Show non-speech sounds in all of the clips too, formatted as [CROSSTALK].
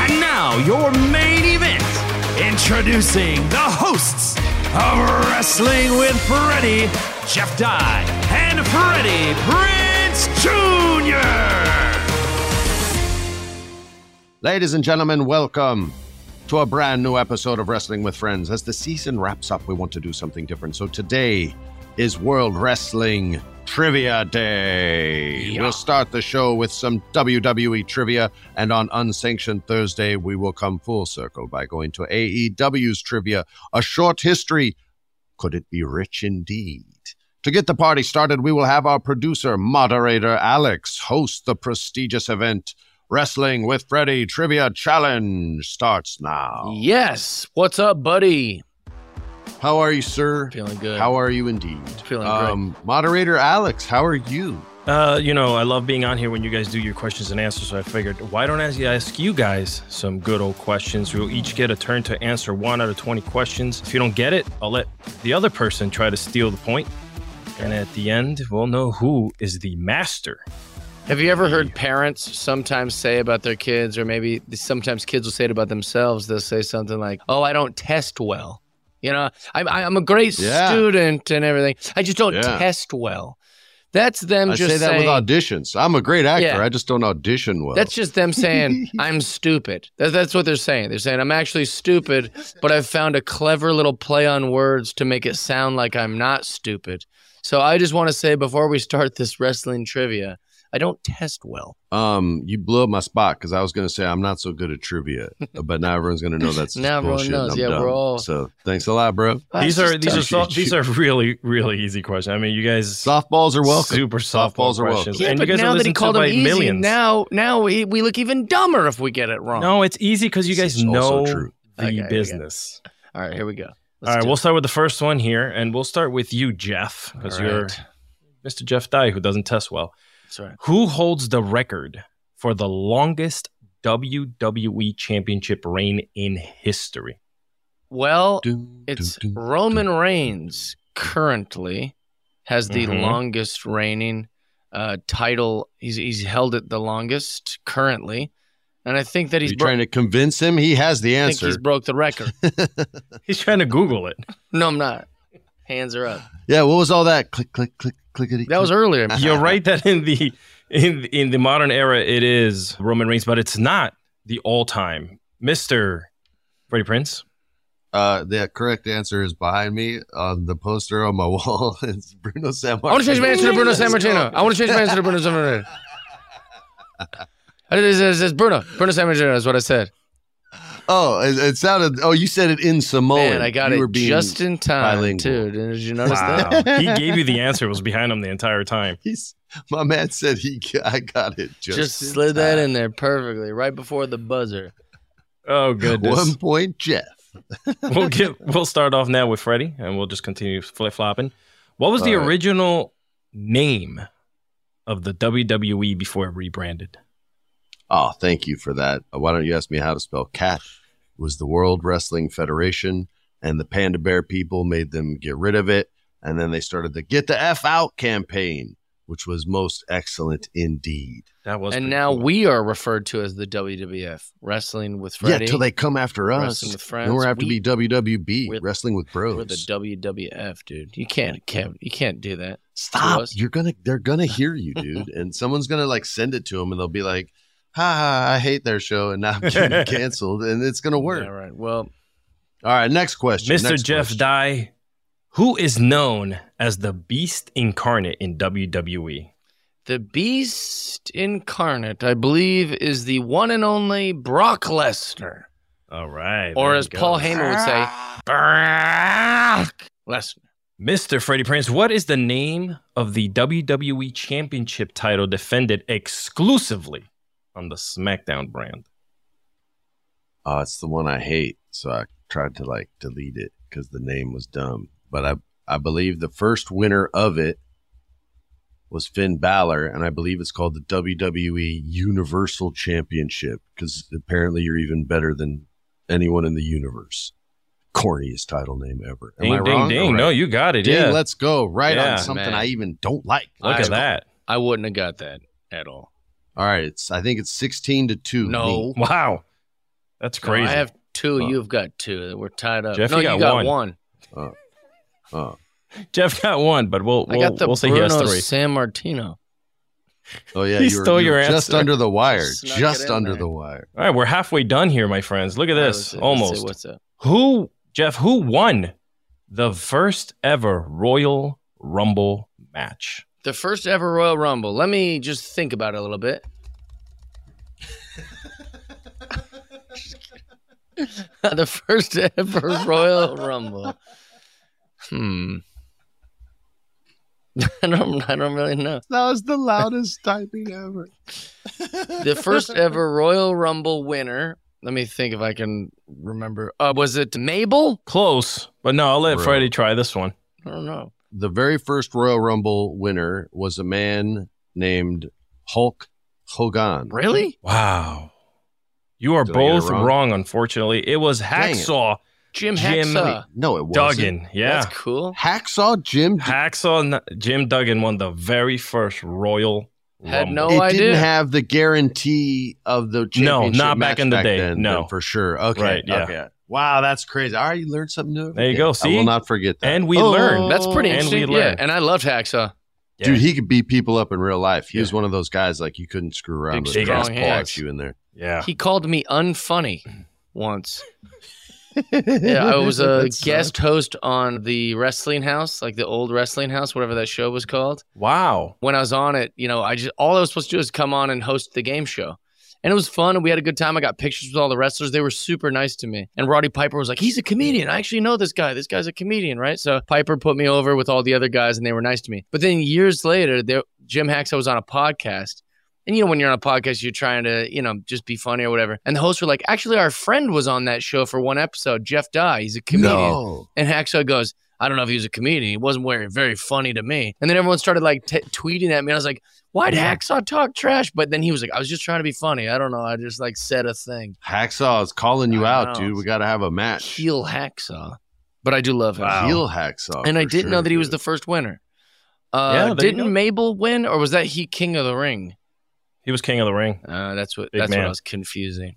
And now, your main event. Introducing the hosts of Wrestling with Freddie, Jeff Dye, and Freddie Prince Jr. Ladies and gentlemen, welcome to a brand new episode of Wrestling with Friends. As the season wraps up, we want to do something different. So today is World Wrestling Trivia Day. We'll start the show with some WWE trivia, and on Unsanctioned Thursday, we will come full circle by going to AEW's trivia, a short history. Could it be rich indeed? To get the party started, we will have our producer, moderator Alex, host the prestigious event. Wrestling with Freddy Trivia Challenge starts now. Yes. What's up, buddy? How are you, sir? Feeling good. How are you indeed? Um, Feeling Moderator Alex, how are you? Uh, you know, I love being on here when you guys do your questions and answers. So I figured, why don't I ask you guys some good old questions? We'll each get a turn to answer one out of 20 questions. If you don't get it, I'll let the other person try to steal the point. And at the end, we'll know who is the master. Have you ever heard parents sometimes say about their kids, or maybe sometimes kids will say it about themselves? They'll say something like, "Oh, I don't test well." You know, I'm I'm a great Yeah. student and everything. I just don't Yeah. test well. That's them i just say that saying. with auditions. I'm a great actor. Yeah. I just don't audition well. that's just them saying I'm stupid. That, that's what they're saying. They're saying I'm actually stupid, but I've found a clever little play on words to make it sound like I'm not stupid. So I just want to say before we start this wrestling trivia, I don't test well. um, you blew up my spot because I was going to say I'm not so good at trivia, but now everyone's going to know [LAUGHS] that's just Now everyone bullshit and knows. I'm Yeah, dumb. we're all- So thanks a lot, bro. these are these are appreciate soft, these you. are really really easy questions. I mean, you guys Softballs are welcome. super softball Softballs are welcome. questions, Yeah, and but you guys now that he are listening to called him like easy, millions. now now we, we look even dumber if we get it wrong. no, it's easy because you This guys is also know true. the Okay, okay. business. All right, here we go. All right, do we'll it. start with the first one here, and we'll start with you, Jeff, because All you're right. Mr. Jeff Dye, who doesn't test well. That's right. Who holds the record for the longest WWE Championship reign in history? [LAUGHS] Well, Dun, it's dun, dun, Roman dun. Reigns currently has the Mm-hmm. Mhm. longest reigning uh, title. He's he's held it the longest currently, and I think that Are he's you bro- trying to convince him he has the I think answer. he's broke the record. He's trying to [LAUGHS] Google it. no, I'm not. Hands [LAUGHS] are up. yeah, what was all that? Click, click, click, clickety. That was earlier. You're right that in the in in the modern era it is Roman Reigns, but it's not the all-time Mister Freddie Prince. Uh, the correct answer is behind me on the poster on my [LAUGHS] wall. It's Bruno San I want to change my answer to Bruno San Martino. I want to change my answer to Bruno San Martino. It says Bruno. Bruno San Martino is what I said. Oh, it, it sounded. Oh, you said it in Samoan. Man, I got you it were being, [LAUGHS] just in time, bilingual. too. Did you notice that? he gave [LAUGHS] you the answer. It was behind him the entire time. He's, my man said he. g- I got it just. Just in slid that time. in there perfectly, right before the buzzer. Oh goodness. One point, Jeff. [LAUGHS] we'll get we'll start off now with Freddie, and we'll just continue flip flopping. What was the All right. original name of the WWE before it E rebranded? Oh, thank you for that. Uh, Why don't you ask me how to spell cat? It was the World Wrestling Federation, and the Panda Bear people made them get rid of it. And then they started the Get the F Out campaign, which was most excellent indeed. That was and pretty now cool. we are referred to as the WWF, Wrestling with Freddie. Yeah, till they come after us. Wrestling with Then friends. we're have to We- be WWB, we're- Wrestling with Bros. We're the WWF, dude. You can't, can't you can't do that. Stop. us. You're gonna they're [LAUGHS] gonna hear you, dude. and someone's gonna like send it to them and they'll be like, ha, ha I hate their show and now I'm [LAUGHS] getting canceled and it's gonna work. All right. Well, All right, next question. Mr. next Jeff question. Dye, who is known as the Beast Incarnate in E? WWE? the Beast incarnate, I believe, is the one and only Brock Lesnar, All right. or there as you Paul go. Heyman would say, Brock Lesnar. Mr. Freddie Prince, what is the name of the WWE Championship title defended exclusively on the SmackDown brand? Oh, it's the one I hate. So I tried to like delete it because the name was dumb. But I I believe the first winner of it was Finn Balor, and I believe it's called the WWE Universal Championship because apparently you're even better than anyone in the universe. Corniest title name ever. Am ding, I ding, wrong? ding. All No, right. you got it. Ding, yeah. let's go right Yeah, on something man. I even don't like. Look Let's at go. that. I wouldn't have got that at all. All right, it's I think it's sixteen to two. No. Wow. That's No, crazy. I have two. Oh. You've got two. We're tied up. Jeff, no, you you got got, one. one. Oh, Jeff got one, but we'll, we'll, I got the we'll say he Bruno has three. San Martino. oh yeah, He you were, stole you your were just answer. under the wire. Snuck it Just in under there. the wire. All right, we're halfway done here, my friends. Look at That this. was it. Let's see Almost. What's up? Who, Jeff, who won the first ever Royal Rumble match? The first ever Royal Rumble. Let me just think about it a little bit. [LAUGHS] the first ever Royal Rumble. Hmm. [LAUGHS] I don't. I don't really know. That was the loudest typing ever. The first ever Royal Rumble winner. Let me think if I can remember. Uh, was it Mabel? Close, but no, I'll let Bro. Freddie try this one. I don't know. The very first Royal Rumble winner was a man named Hulk Hogan. Really? Wow. You are Did I get it both wrong? wrong? unfortunately. It was Dang it. Hacksaw Jim Jim- Hacksaw. No, it wasn't. Duggan. Yeah. That's cool. Hacksaw [LAUGHS] Jim. Hacksaw N- Jim Duggan won the very first Royal Had Rumble. no it idea. didn't have the guarantee of the championship not back match in the day. then, No. then for sure. Okay, Right, yeah. okay. Wow, that's crazy. All right, you learned something new. every There you day. go, I see? will not forget that. and we Oh. learned. That's pretty And we interesting. yeah, learned. and I loved Hacksaw. Dude, he could beat people up in real life. He was Yeah. one of those guys like you couldn't screw around Big with. He'd strong just paw hands. at you in [LAUGHS] there. Yeah. He called me unfunny once. Yeah, I [LAUGHS] was a uh, guest host on the wrestling house, like the old wrestling house, whatever that show was called. Wow. When I was on it, you know, I just all I was supposed to do is come on and host the game show. And it was fun and we had a good time. I got pictures with all the wrestlers. They were super nice to me. And Roddy Piper was like, He's a comedian. I actually know this guy. This guy's a comedian, right? So Piper put me over with all the other guys and they were nice to me. But then years later, there Jim Hacksaw was on a podcast. And you know, when you're on a podcast, you're trying to, you know, just be funny or whatever. And the hosts were like, actually, our friend was on that show for one episode, Jeff Dye. He's a comedian. No. And Hacksaw goes, I don't know if he was a comedian. He wasn't very, very funny to me. And then everyone started like t- tweeting at me. And I was like, why'd Hacksaw talk trash? But then he was like, I was just trying to be funny. I don't know. I just like said a thing. Hacksaw is calling you I out, know. dude. We got to have a match. Heel Hacksaw. But I do love him. Wow. Heel Hacksaw. And I Oh, for didn't know sure, that he was dude. the first winner. Yeah, there Uh, you go. didn't Mabel win, or was that he King of the Ring? He was King of the Ring. Uh, that's what Big that's what man. I was confusing.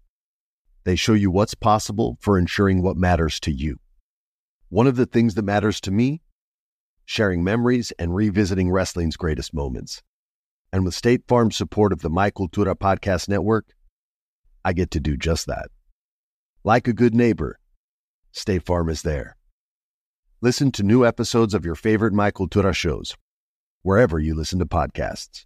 they show you what's possible for ensuring what matters to you. One of the things that matters to me sharing memories and revisiting wrestling's greatest moments. And with State Farm's support of the My Cultura podcast network, I get to do just that. Like a good neighbor, State Farm is there. Listen to new episodes of your favorite My Cultura shows, wherever you listen to podcasts.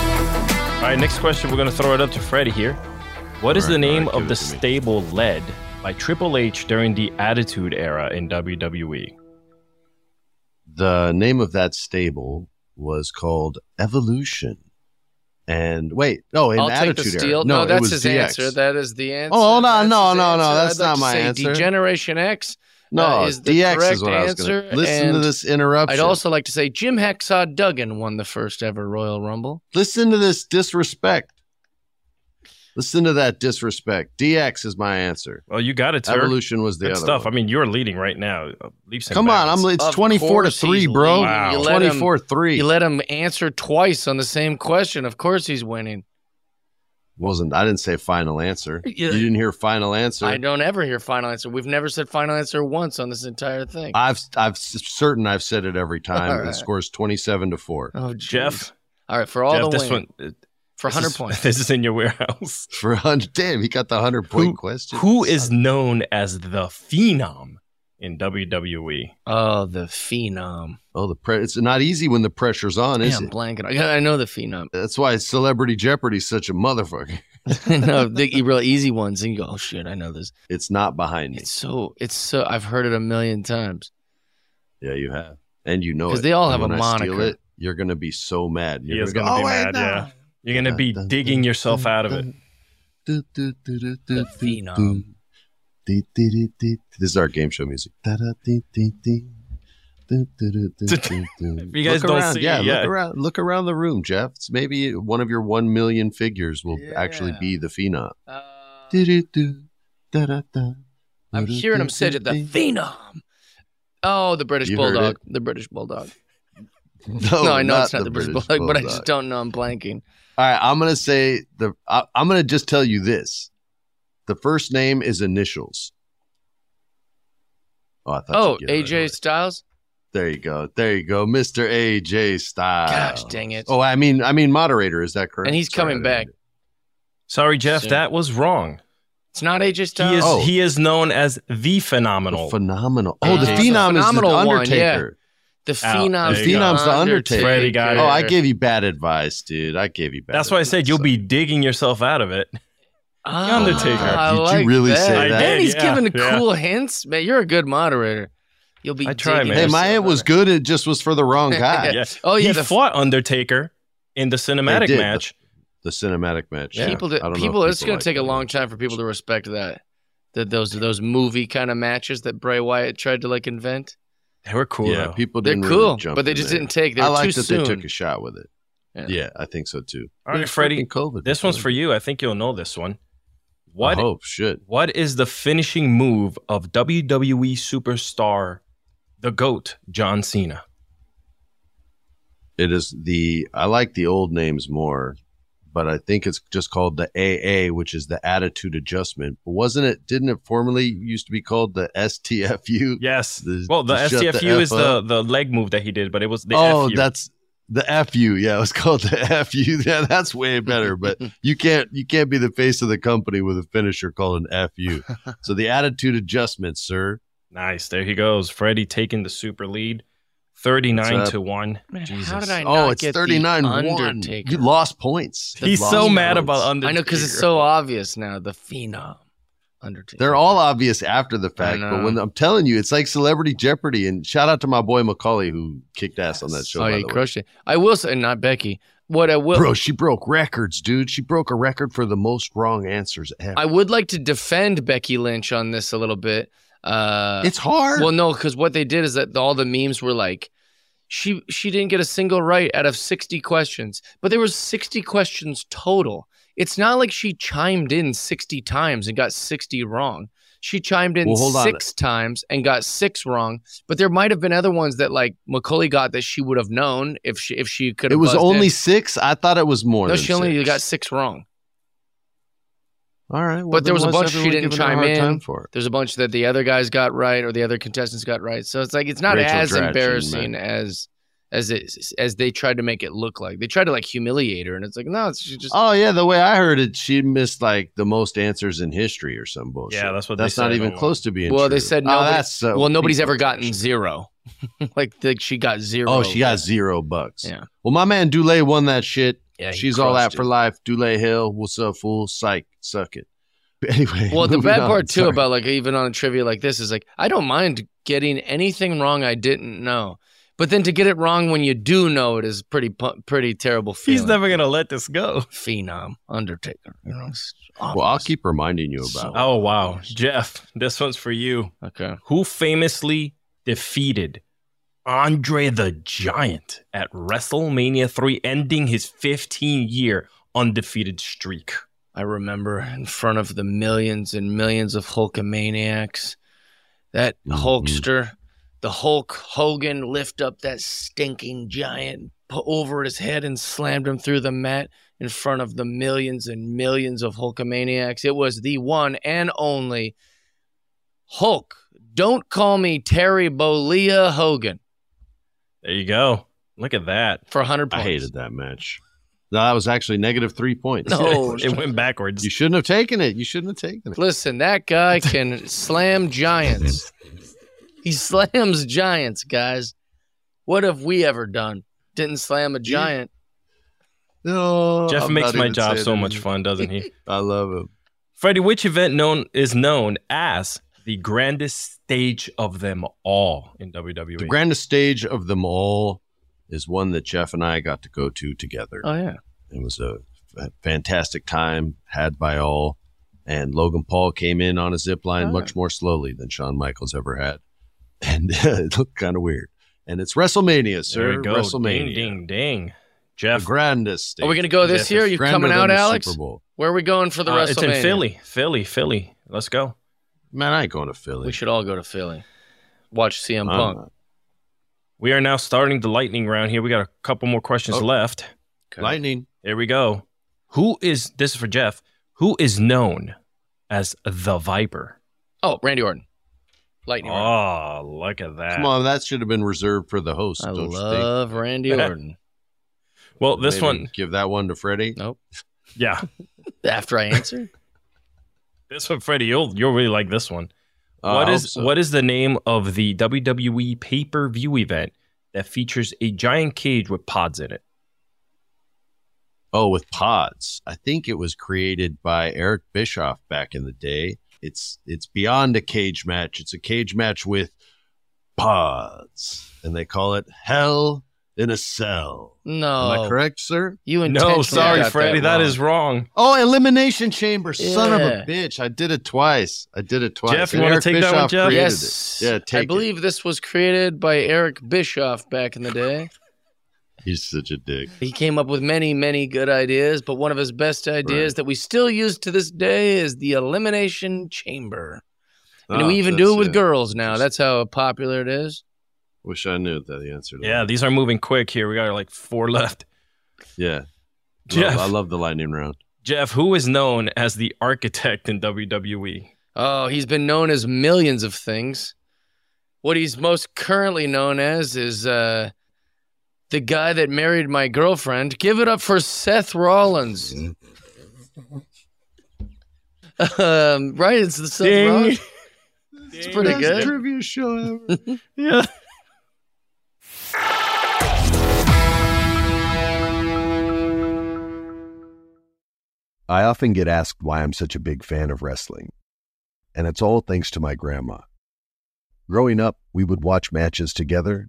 All right, next question. We're going to throw it up to Freddie here. What is All right, the name all right, give of the it to me. stable led by Triple H during the Attitude Era in E? WWE? The name of that stable was called Evolution. And wait, no, in I'll Attitude take the Era. steal. No, it that's was his DX. answer. That is the answer. Oh, hold on. That's No, his no, no, answer. that's I'd like not to my say answer. Degeneration X. No, uh, is the DX correct is what I was going answer, to listen to and this interruption. I'd also like to say Jim Hacksaw Duggan won the first ever Royal Rumble. listen to this disrespect. Listen to that disrespect. DX is my answer. Well, you got it, sir. Evolution was the Good other stuff. one. I mean, you're leading right now. uh, Leaps and Come on, bounds. I'm. It's Of twenty four to course three, he's bro. leading. Wow. You let him- Twenty four three. You let him answer twice on the same question. Of course he's winning. Wasn't I didn't say final answer. Yeah. You didn't hear final answer. I don't ever hear final answer. We've never said final answer once on this entire thing. I've I've s- certain I've said it every time. All It right. scores twenty seven to four oh, geez. Jeff. All right, for all Jeff, the this win. one uh, for this 100 is- points. [LAUGHS] This is in your warehouse. for hundred. Damn, he got the hundred point question. Who is known as the Phenom in E? WWE? Oh, the Phenom. Oh, the pre- it's not easy when the pressure's on, is Damn, it? blanket. I, I know the [LAUGHS] Phenom. [LAUGHS] That's why Celebrity Jeopardy's such a motherfucker. no, the e- real easy ones. And you go, oh, shit, I know this. It's not behind me. It's so, it's so, I've heard it a million times. Yeah, you have, and you know it. 'Cause they all And have a when I steal moniker. it, you're gonna be so mad. He You're is going to go, be "Oh, wait, mad. no." Yeah, you're going to be Dun, dun, digging dun, yourself dun, out of it. dun. Du- du- du- du- du- du- phenom. du. Di- di- di- di- This is our game show music. Da- da- di- di- di. Du- du- du- du- du- [LAUGHS] du. If you guys Look don't around, see yeah, it yet. look around, look around the room, Jeff. It's maybe one of your one million figures will actually Yeah. be the phenom. Uh, Du- du- du. Da- da- da. I'm Du- du- hearing du- him say it, the du- Phenom. Oh, the British You heard Bulldog. The British Bulldog. No, [LAUGHS] no, I know it's not the, British British, Bulldog, but I Bulldog. just don't know. I'm blanking. All right, I'm gonna say the. I, I'm gonna just tell you this: the first name is initials. Oh, I thought Oh, you'd get it AJ right away. Styles? There you go. There you go, Mr. AJ Styles. Gosh, dang it. Oh, I mean, I mean, moderator. Is that correct? And he's coming I didn't back. read it. Sorry, Jeff, Soon. that was wrong. It's not AJ He Styles. is Oh. he is known as the The phenomenal. phenomenal. Oh, the phenom is Uh, the phenomenal one, Undertaker. The Out. Phenom. There The you go. phenom's the Undertaker. Freddie got Oh, I gave you bad advice, dude. I gave you bad. That's why I advice. said you'll be digging yourself out of it. Ah, Undertaker. I Did you like really that. say I that? did, And he's yeah, giving yeah. cool hints. Man, you're a good moderator. You'll be. I try, digging man. Hey, yourself my it was out. good. It just was for the [LAUGHS] wrong guy. [LAUGHS] Yeah. Oh yeah, he the fought Undertaker in the They cinematic did. match. The cinematic match. yeah. people. I don't That, know if people. It's going like to take a that. long time for people to respect that. That those those movie kind of matches that Bray Wyatt tried to like invent. They were cool. Yeah, though. people They're didn't cool, really jump but they in just there. didn't take. They I were like too that soon. they took a shot with it. Yeah. Yeah, I think so too. All right, It's Freddie, fucking COVID, This one's man. for you. I think you'll know this one. I What hope shit. What is the finishing move of WWE superstar, the GOAT, John Cena? It is the I like the old names more, but I think it's just called the AA, which is the attitude adjustment. But wasn't it? Didn't it formerly used to be called the STFU? Yes. The- well, the the shut the STFU F is the, up. the leg move that he did, but it was the oh, FU. that's the FU. Yeah, it was called the FU. [LAUGHS] Yeah, that's way better. [LAUGHS] But you can't you can't be the face of the company with a finisher called an [LAUGHS] FU. so the attitude adjustment, sir. nice. There he goes. Freddie taking the super lead, thirty-nine What's up? to one. Man, Jesus. how did I? Oh, not it's get the 39 1. Undertaker. You lost points. The He's Lost so mad points. about Undertaker. I know because it's so obvious now. The Phenom. under team. They're all obvious after the fact, but know. when I'm telling you, it's like Celebrity Jeopardy. And shout out to my boy Macaulay who kicked ass on that show. oh, by yeah, the he way. crushed it. I will say, not Becky. What I will, Bro, she broke records, dude. She broke a record for the most wrong answers ever. I would like to defend Becky Lynch on this a little bit. Uh, it's hard. Well, no, because what they did is that all the memes were like, she she didn't get a single right out of sixty questions, but there was sixty questions total. It's not like she chimed in sixty times and got sixty wrong. She chimed in Well, hold on. six times and got six wrong, but there might have been other ones that like Macaulay got that she would have known if she if she could. it have was buzzed only in. six. I thought it was more. no, than she only six. got six wrong. All right, well, but then there was a why's bunch she everyone didn't giving her a chime hard in. time for it? There's a bunch that the other guys got right or the other contestants got right. So it's like it's not Rachel as Dratch and embarrassing Meg. as as it as they tried to make it look like. They tried to like humiliate her, and it's like no, it's she just Oh yeah, the way I heard it, she missed like the most answers in history or some bullshit. Yeah, that's what they That's not said even online. close to being. well. true. They said Oh, no. that's uh, well, nobody's ever people. gotten zero. [LAUGHS] like, like she got zero. Oh, she got zero bucks. Yeah. Well, my man Dule won that shit. Yeah, he She's all out crushed for it. life. Dule Hill, what's up, fool? Psych, suck it. [LAUGHS] Anyway. [LAUGHS] Well, the moving bad on. part too Sorry. about like even on a trivia like this is like I don't mind getting anything wrong I didn't know, but then to get it wrong when you do know it is pretty pu- pretty terrible. Feeling. He's never gonna let this go. phenom Undertaker. You know, it's Well, I'll obvious. keep reminding you about. Oh wow, Jeff, this one's for you. okay. Who famously defeated Andre the Giant at WrestleMania 3, ending his 15 year undefeated streak? I remember in front of the millions and millions of Hulkamaniacs, that Mhm. Hulkster, the Hulk Hogan, lift up that stinking giant put over his head and slammed him through the mat in front of the millions and millions of Hulkamaniacs. It was the one and only Hulk. Don't call me Terry Bollea Hogan There you go. Look at that. [LAUGHS] for 100 I points. hated that match. No, that was actually negative three points. [LAUGHS] No. it went backwards. You shouldn't have taken it. You shouldn't have taken it. Listen, that guy can slam giants. He slams giants, guys. What have we ever done? Didn't slam a giant. No, Jeff I'm makes not my even job saying so it. much fun, [LAUGHS] doesn't he? I love him. Freddie, which event known is known as the grandest stage of them all in E? WWE? The grandest stage of them all is one that Jeff and I got to go to together. Oh yeah. It was a f- fantastic time had by all. And Logan Paul came in on a zip line Oh. much more slowly than Shawn Michaels ever had. [LAUGHS] And it looked kind of weird. And it's WrestleMania, sir. there you go. WrestleMania. Ding, ding, ding. The Jeff, grandest stage. Are we gonna go this Jeff year? is Are you Grander coming than out, the Alex? Super Bowl. Where are we going for the uh, WrestleMania? it's in Philly, Philly, Philly. Let's go. Man, I ain't going to Philly. We should all go to Philly. Watch CM I'm Punk. not. We are now starting the lightning round here. We got a couple more questions Oh. left. Lightning. Here we go. Who is this is for Jeff? Who is known as the Viper? Oh, Randy Orton. Lightning. round. Oh, look at Ah. that. Come on, that should have been reserved for the host. I Oh, don't you think? love Randy Orton. Well, this Maybe one, Give that one to Freddie. nope. yeah, After I answer, this one, Freddie, you'll you'll really like this one. Uh, what I is hope so. what is the name of the WWE pay per view event that features a giant cage with pods in it? Oh, with pods. I think it was created by Eric Bischoff back in the day. It's it's beyond a cage match. It's a cage match with pods, and they call it Hell in a Cell. no. Am I correct, sir? You intentionally No, sorry, got that Freddie, that wrong. is wrong. Oh, Elimination Chamber, son of Yeah. a bitch! I did it twice. I did it twice. Jeff, you And wanna Eric take that one, Bischoff Jeff? created Yes. it. Yeah, take I believe this was created by Eric Bischoff back in the day. it. He's such a dick. He came up with many, many good ideas, but one of his best ideas that we still use to this day is the elimination chamber. And Ah, we even do it that's with girls now. Just- That's how popular it is. Wish I knew that the answer. To Yeah, that. these are moving quick here. We got like four [LAUGHS] left. yeah. Jeff. Love- I love the lightning round. Jeff, who is known as the architect in E? WWE? Oh, he's been known as millions of things. What he's most currently known as is uh, the guy that married my girlfriend. Give it up for [LAUGHS] Seth Rollins. um, right, it's the Seth Ding. Rollins. It's pretty Best good. trivia show ever. [LAUGHS] Yeah. I often get asked why I'm such a big fan of wrestling. and it's all thanks to my grandma. Growing up, we would watch matches together,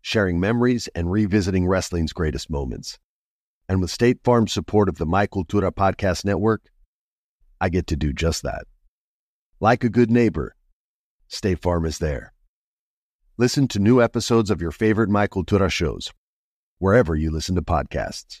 sharing memories and revisiting wrestling's greatest moments. And with State Farm's support of the Michael Tura Podcast Network, I get to do just that. Like a good neighbor, State Farm is there. Listen to new episodes of your favorite Michael Tura shows, wherever you listen to podcasts.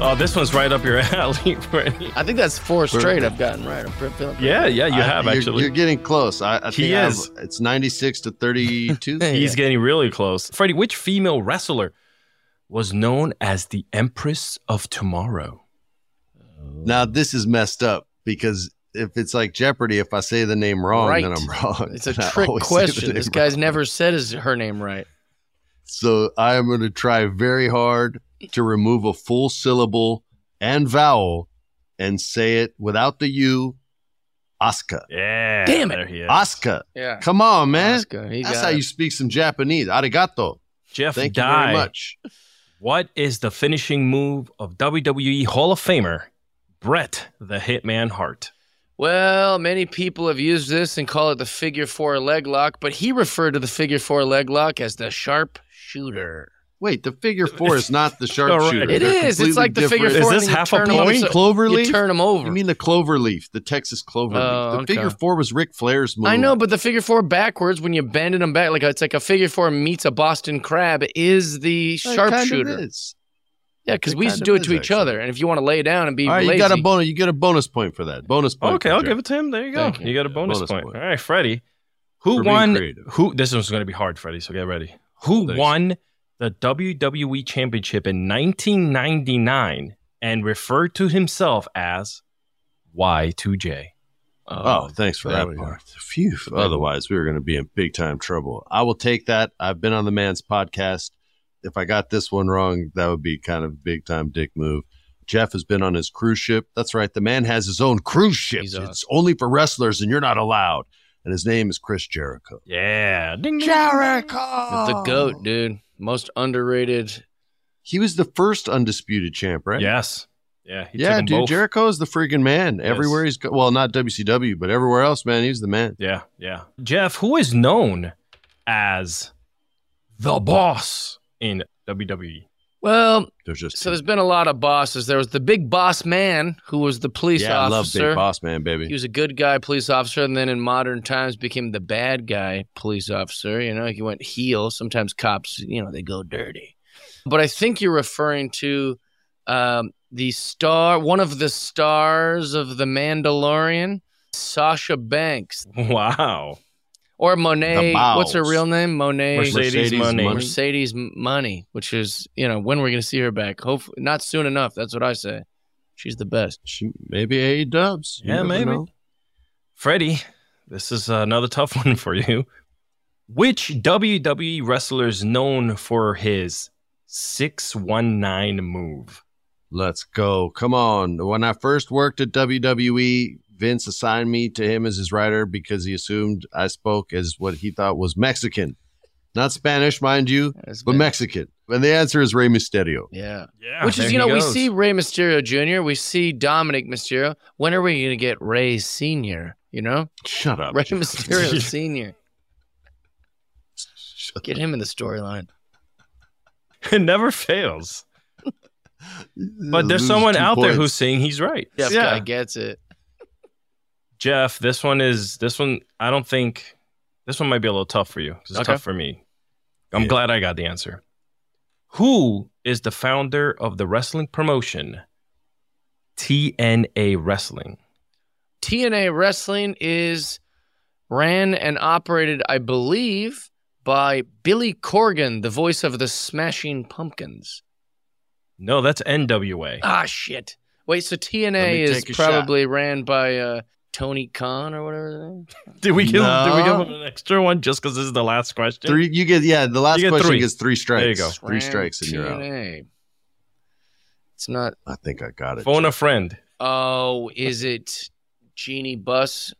Oh, this one's right up your [LAUGHS] alley, Freddie. I think that's four straight I've gotten right. I'm pretty- feeling pretty Yeah, good. yeah, you I- have you're- actually. You're getting close. I, I think He I've- is. It's 96 to 32. He's getting really close. Freddie, which female wrestler was known as the Empress of Tomorrow? now, this is messed up because if it's like Jeopardy, if I say the name wrong, then Right. I'm wrong. It's a And [LAUGHS] I trick always say the question. This name guy's wrong. never said his her name right. So I am going to try very hard to remove a full syllable and vowel and say it without the U, Asuka. Yeah. Damn it. There he is. Asuka. Yeah. Come on, man. That's good. He That's got how it. you speak some Japanese. Arigato. Jeff Thank you Dye. very much. What is the finishing move of WWE Hall of Famer Brett the Hitman Hart? Well, many people have used this and call it the figure four leg lock, but he referred to the figure four leg lock as the sharp shooter. Wait, the figure four is not the It sharpshooter. It They're is. It's like the completely figure different. four. and Is this you half a turn 'em point? upside- Cloverleaf? You turn them over. You mean the clover leaf, the Texas clover Oh, leaf. The figure okay. four was Ric Flair's move. I know, but the figure four backwards, when you bend them back, like it's like a figure four meets a Boston crab, is the It kind of sharpshooter. is. yeah, because It we used kind to of do it is, to each actually. other. And if you want to lay down and be All right, lazy, you got a bonus. You get a bonus point for that. Bonus point. Oh, Okay, I'll give it to him. There you go. Thank You. you. got a bonus, Bonus point. point. All right, Freddie. Who For being won? creative. Who? This one's going to be hard, Freddie. So get ready. Who Thanks. won the WWE Championship in 1999 and referred to himself as Y2J? Oh, thanks for there that we go. part. Phew. Otherwise, we were going to be in big time trouble. I will take that. I've been on the man's podcast. If I got this one wrong, that would be kind of big time dick move. Jeff has been on his cruise ship. That's right. The man has his own cruise ship. He's it's only for wrestlers, and you're not allowed. And his name is Chris Jericho. Yeah. Ding, ding. Jericho, the goat, dude, most underrated. He was the first undisputed champ, right? Yes. Yeah. he took yeah, 'em dude. both. Jericho is the freaking man. Everywhere he's go- well, not WCW, but everywhere else, man, he's the man. Yeah, yeah. Jeff, who is known as the boss in E? WWE? Well, There's just So there's been a lot of bosses. There was the big boss man who was the police yeah, I love officer. Big Boss Man, baby. He was a good guy police officer, and then in modern times became the bad guy police officer. You know, he went heel. Sometimes cops, you know, they go dirty. But I think you're referring to um, the star, one of the stars of The Mandalorian, Sasha Banks [LAUGHS] Wow. or Monet. What's her Mouse. real name? Monet. Mercedes, Money. Money. Mercedes Money, which is you know when we're gonna see her back. Hopefully, not soon enough. That's what I say. She's the best. She, maybe A Dubs. You Yeah, never maybe. know. Freddie, this is another tough [LAUGHS] one for you. Which WWE wrestler is known for his 619 move? Let's go. Come on. When I first worked at WWE, E, Vince assigned me to him as his writer because he assumed I spoke as what he thought was Mexican. Not Spanish, mind you, That's but been- Mexican. And the answer is Rey Mysterio. Yeah. Yeah, Which there is, you he know, we goes. see Ray Mysterio Jr., we see Dominic Mysterio. When are we going to get Ray Sr.? You know? Shut Oh, up. [LAUGHS] Ray Mysterio Sr. Shut Get him in the storyline. [LAUGHS] it never fails. But there's Lose someone two out there points. who's saying he's right. Jeff yeah, guy gets it. Jeff. This one is this one. I don't think this one might be a little tough for you. 'cause It's Okay. tough for me. I'm glad I got the answer. Who is the founder of the wrestling promotion TNA Wrestling? TNA Wrestling is ran and operated, I believe, by Billy Corgan, the voice of the Smashing Pumpkins. No, that's NWA. Ah, shit. Wait, so Let TNA me is take a shot. probably ran by uh, Tony Khan or whatever. the name- [LAUGHS] Did we give did we No. give him an extra one just because this is the last question? Three, you get, yeah, the last You get question three. gets three strikes. There you go. Three strikes and you're out. TNA. It's not. I think I got it. Phone a friend. Oh, is it Genie Bus?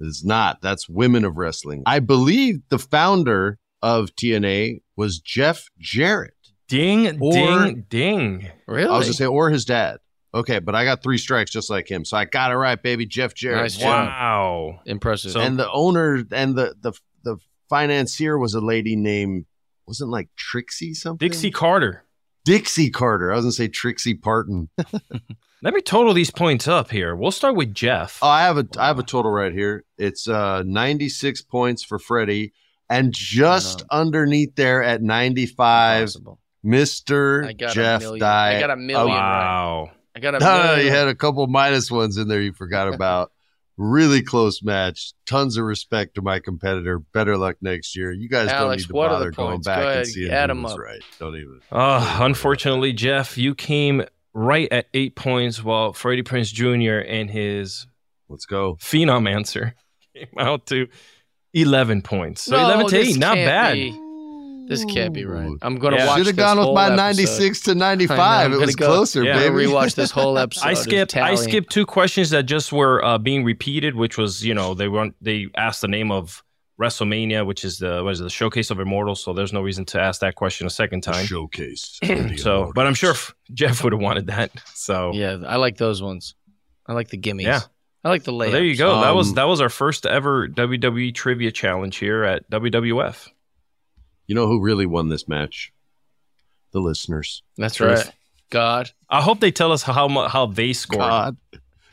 It's not. That's women of wrestling. I believe the founder of TNA was Jeff Jarrett. Ding, Or- ding, ding. Really? I was gonna say, or his dad. Okay, but I got three strikes just like him, so I got it right, baby. Jeff Jarrett. Nice job. Wow. Impressive. So- And the owner and the the the financier was a lady named wasn't like Trixie something. Dixie Carter. Dixie Carter. I was gonna say Trixie Parton. Let me total these points up here. We'll start with Jeff. Oh, I have a I have a total right here. It's uh 96 points for Freddie, and just underneath there at 95, Impossible. Mister I got Jeff a million. died. I got a million. right. wow. I [LAUGHS] got a No, [LAUGHS] million. Oh, you had a couple minus ones in there you [LAUGHS] forgot about. really close match. Tons of respect to my competitor. Better luck next year. You guys Alex, don't need what to are the bother going points? Go back ahead, and seeing who add 'em was up. right. Don't even. Uh, unfortunately, Jeff, you came right at eight points while Freddie Prince Jr. and his Let's go. phenom answer [LAUGHS] came out to 11 points. So No, 11 to this 8, not can't bad. be- This can't be right. I'm gonna Yeah. watch. Should have this gone with whole my episode. 96 to I know, 95. I'm It was gonna go- closer, I'm yeah, gonna baby. rewatch this whole episode. I of skipped. I tallying. skipped two questions that just were uh, being repeated, which was you know they weren't. They asked the name of WrestleMania, which is the was the showcase of Immortals. So there's no reason to ask that question a second time. [CLEARS THROAT] Showcase. So, but I'm sure f- Jeff would have wanted that. So Yeah, I like those ones. I like the gimmies. Yeah. I like the So layups. there you go. that was Um, that was our first ever WWE trivia challenge here at WWF. [LAUGHS] You know who really won this match? The listeners. That's Truth. right. God, I hope they tell us how mu- how they scored. God.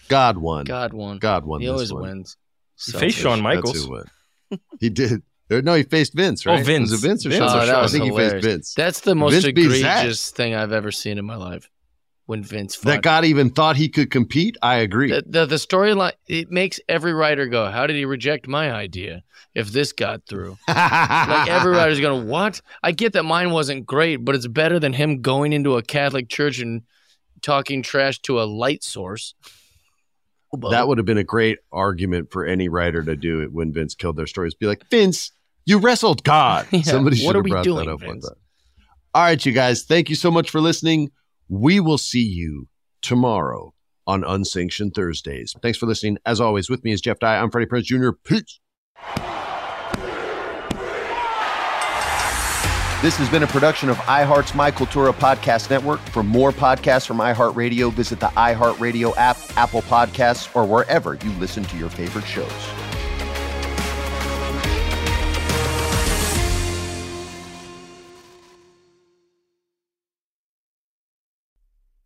God won. God, God won. won he this always one. wins. You face Shawn That's Michaels. who won. He did. Or No, he faced Vince, Oh, right? Vince. Was it Vince or Vince Shawn? or Oh, that I was think he hilarious. faced Vince. That's the most Vince beat Zach. egregious thing I've ever seen in my life. When Vince fought. That God even thought he could compete. I agree. [LAUGHS] the the, the storyline it makes every writer go, "How did he reject my idea?" If this got through, like every writer's going, "What?" I get that mine wasn't great, but it's better than him going into a Catholic church and talking trash to a light source. that would have been a great argument for any writer to do it when Vince killed their stories. Be like, Vince, you wrestled God. [LAUGHS] Yeah, Somebody should what are have we brought doing, that up one Vince? time. All right, you guys. Thank you so much for listening. We will see you tomorrow on Unsanctioned Thursdays. Thanks for listening. As always, with me is Jeff Dye. I'm Freddie Prince Jr. Peace. This has been a production of iHeart's My Cultura Podcast Network. For more podcasts from iHeartRadio, visit the iHeartRadio app, Apple Podcasts, or wherever you listen to your favorite shows.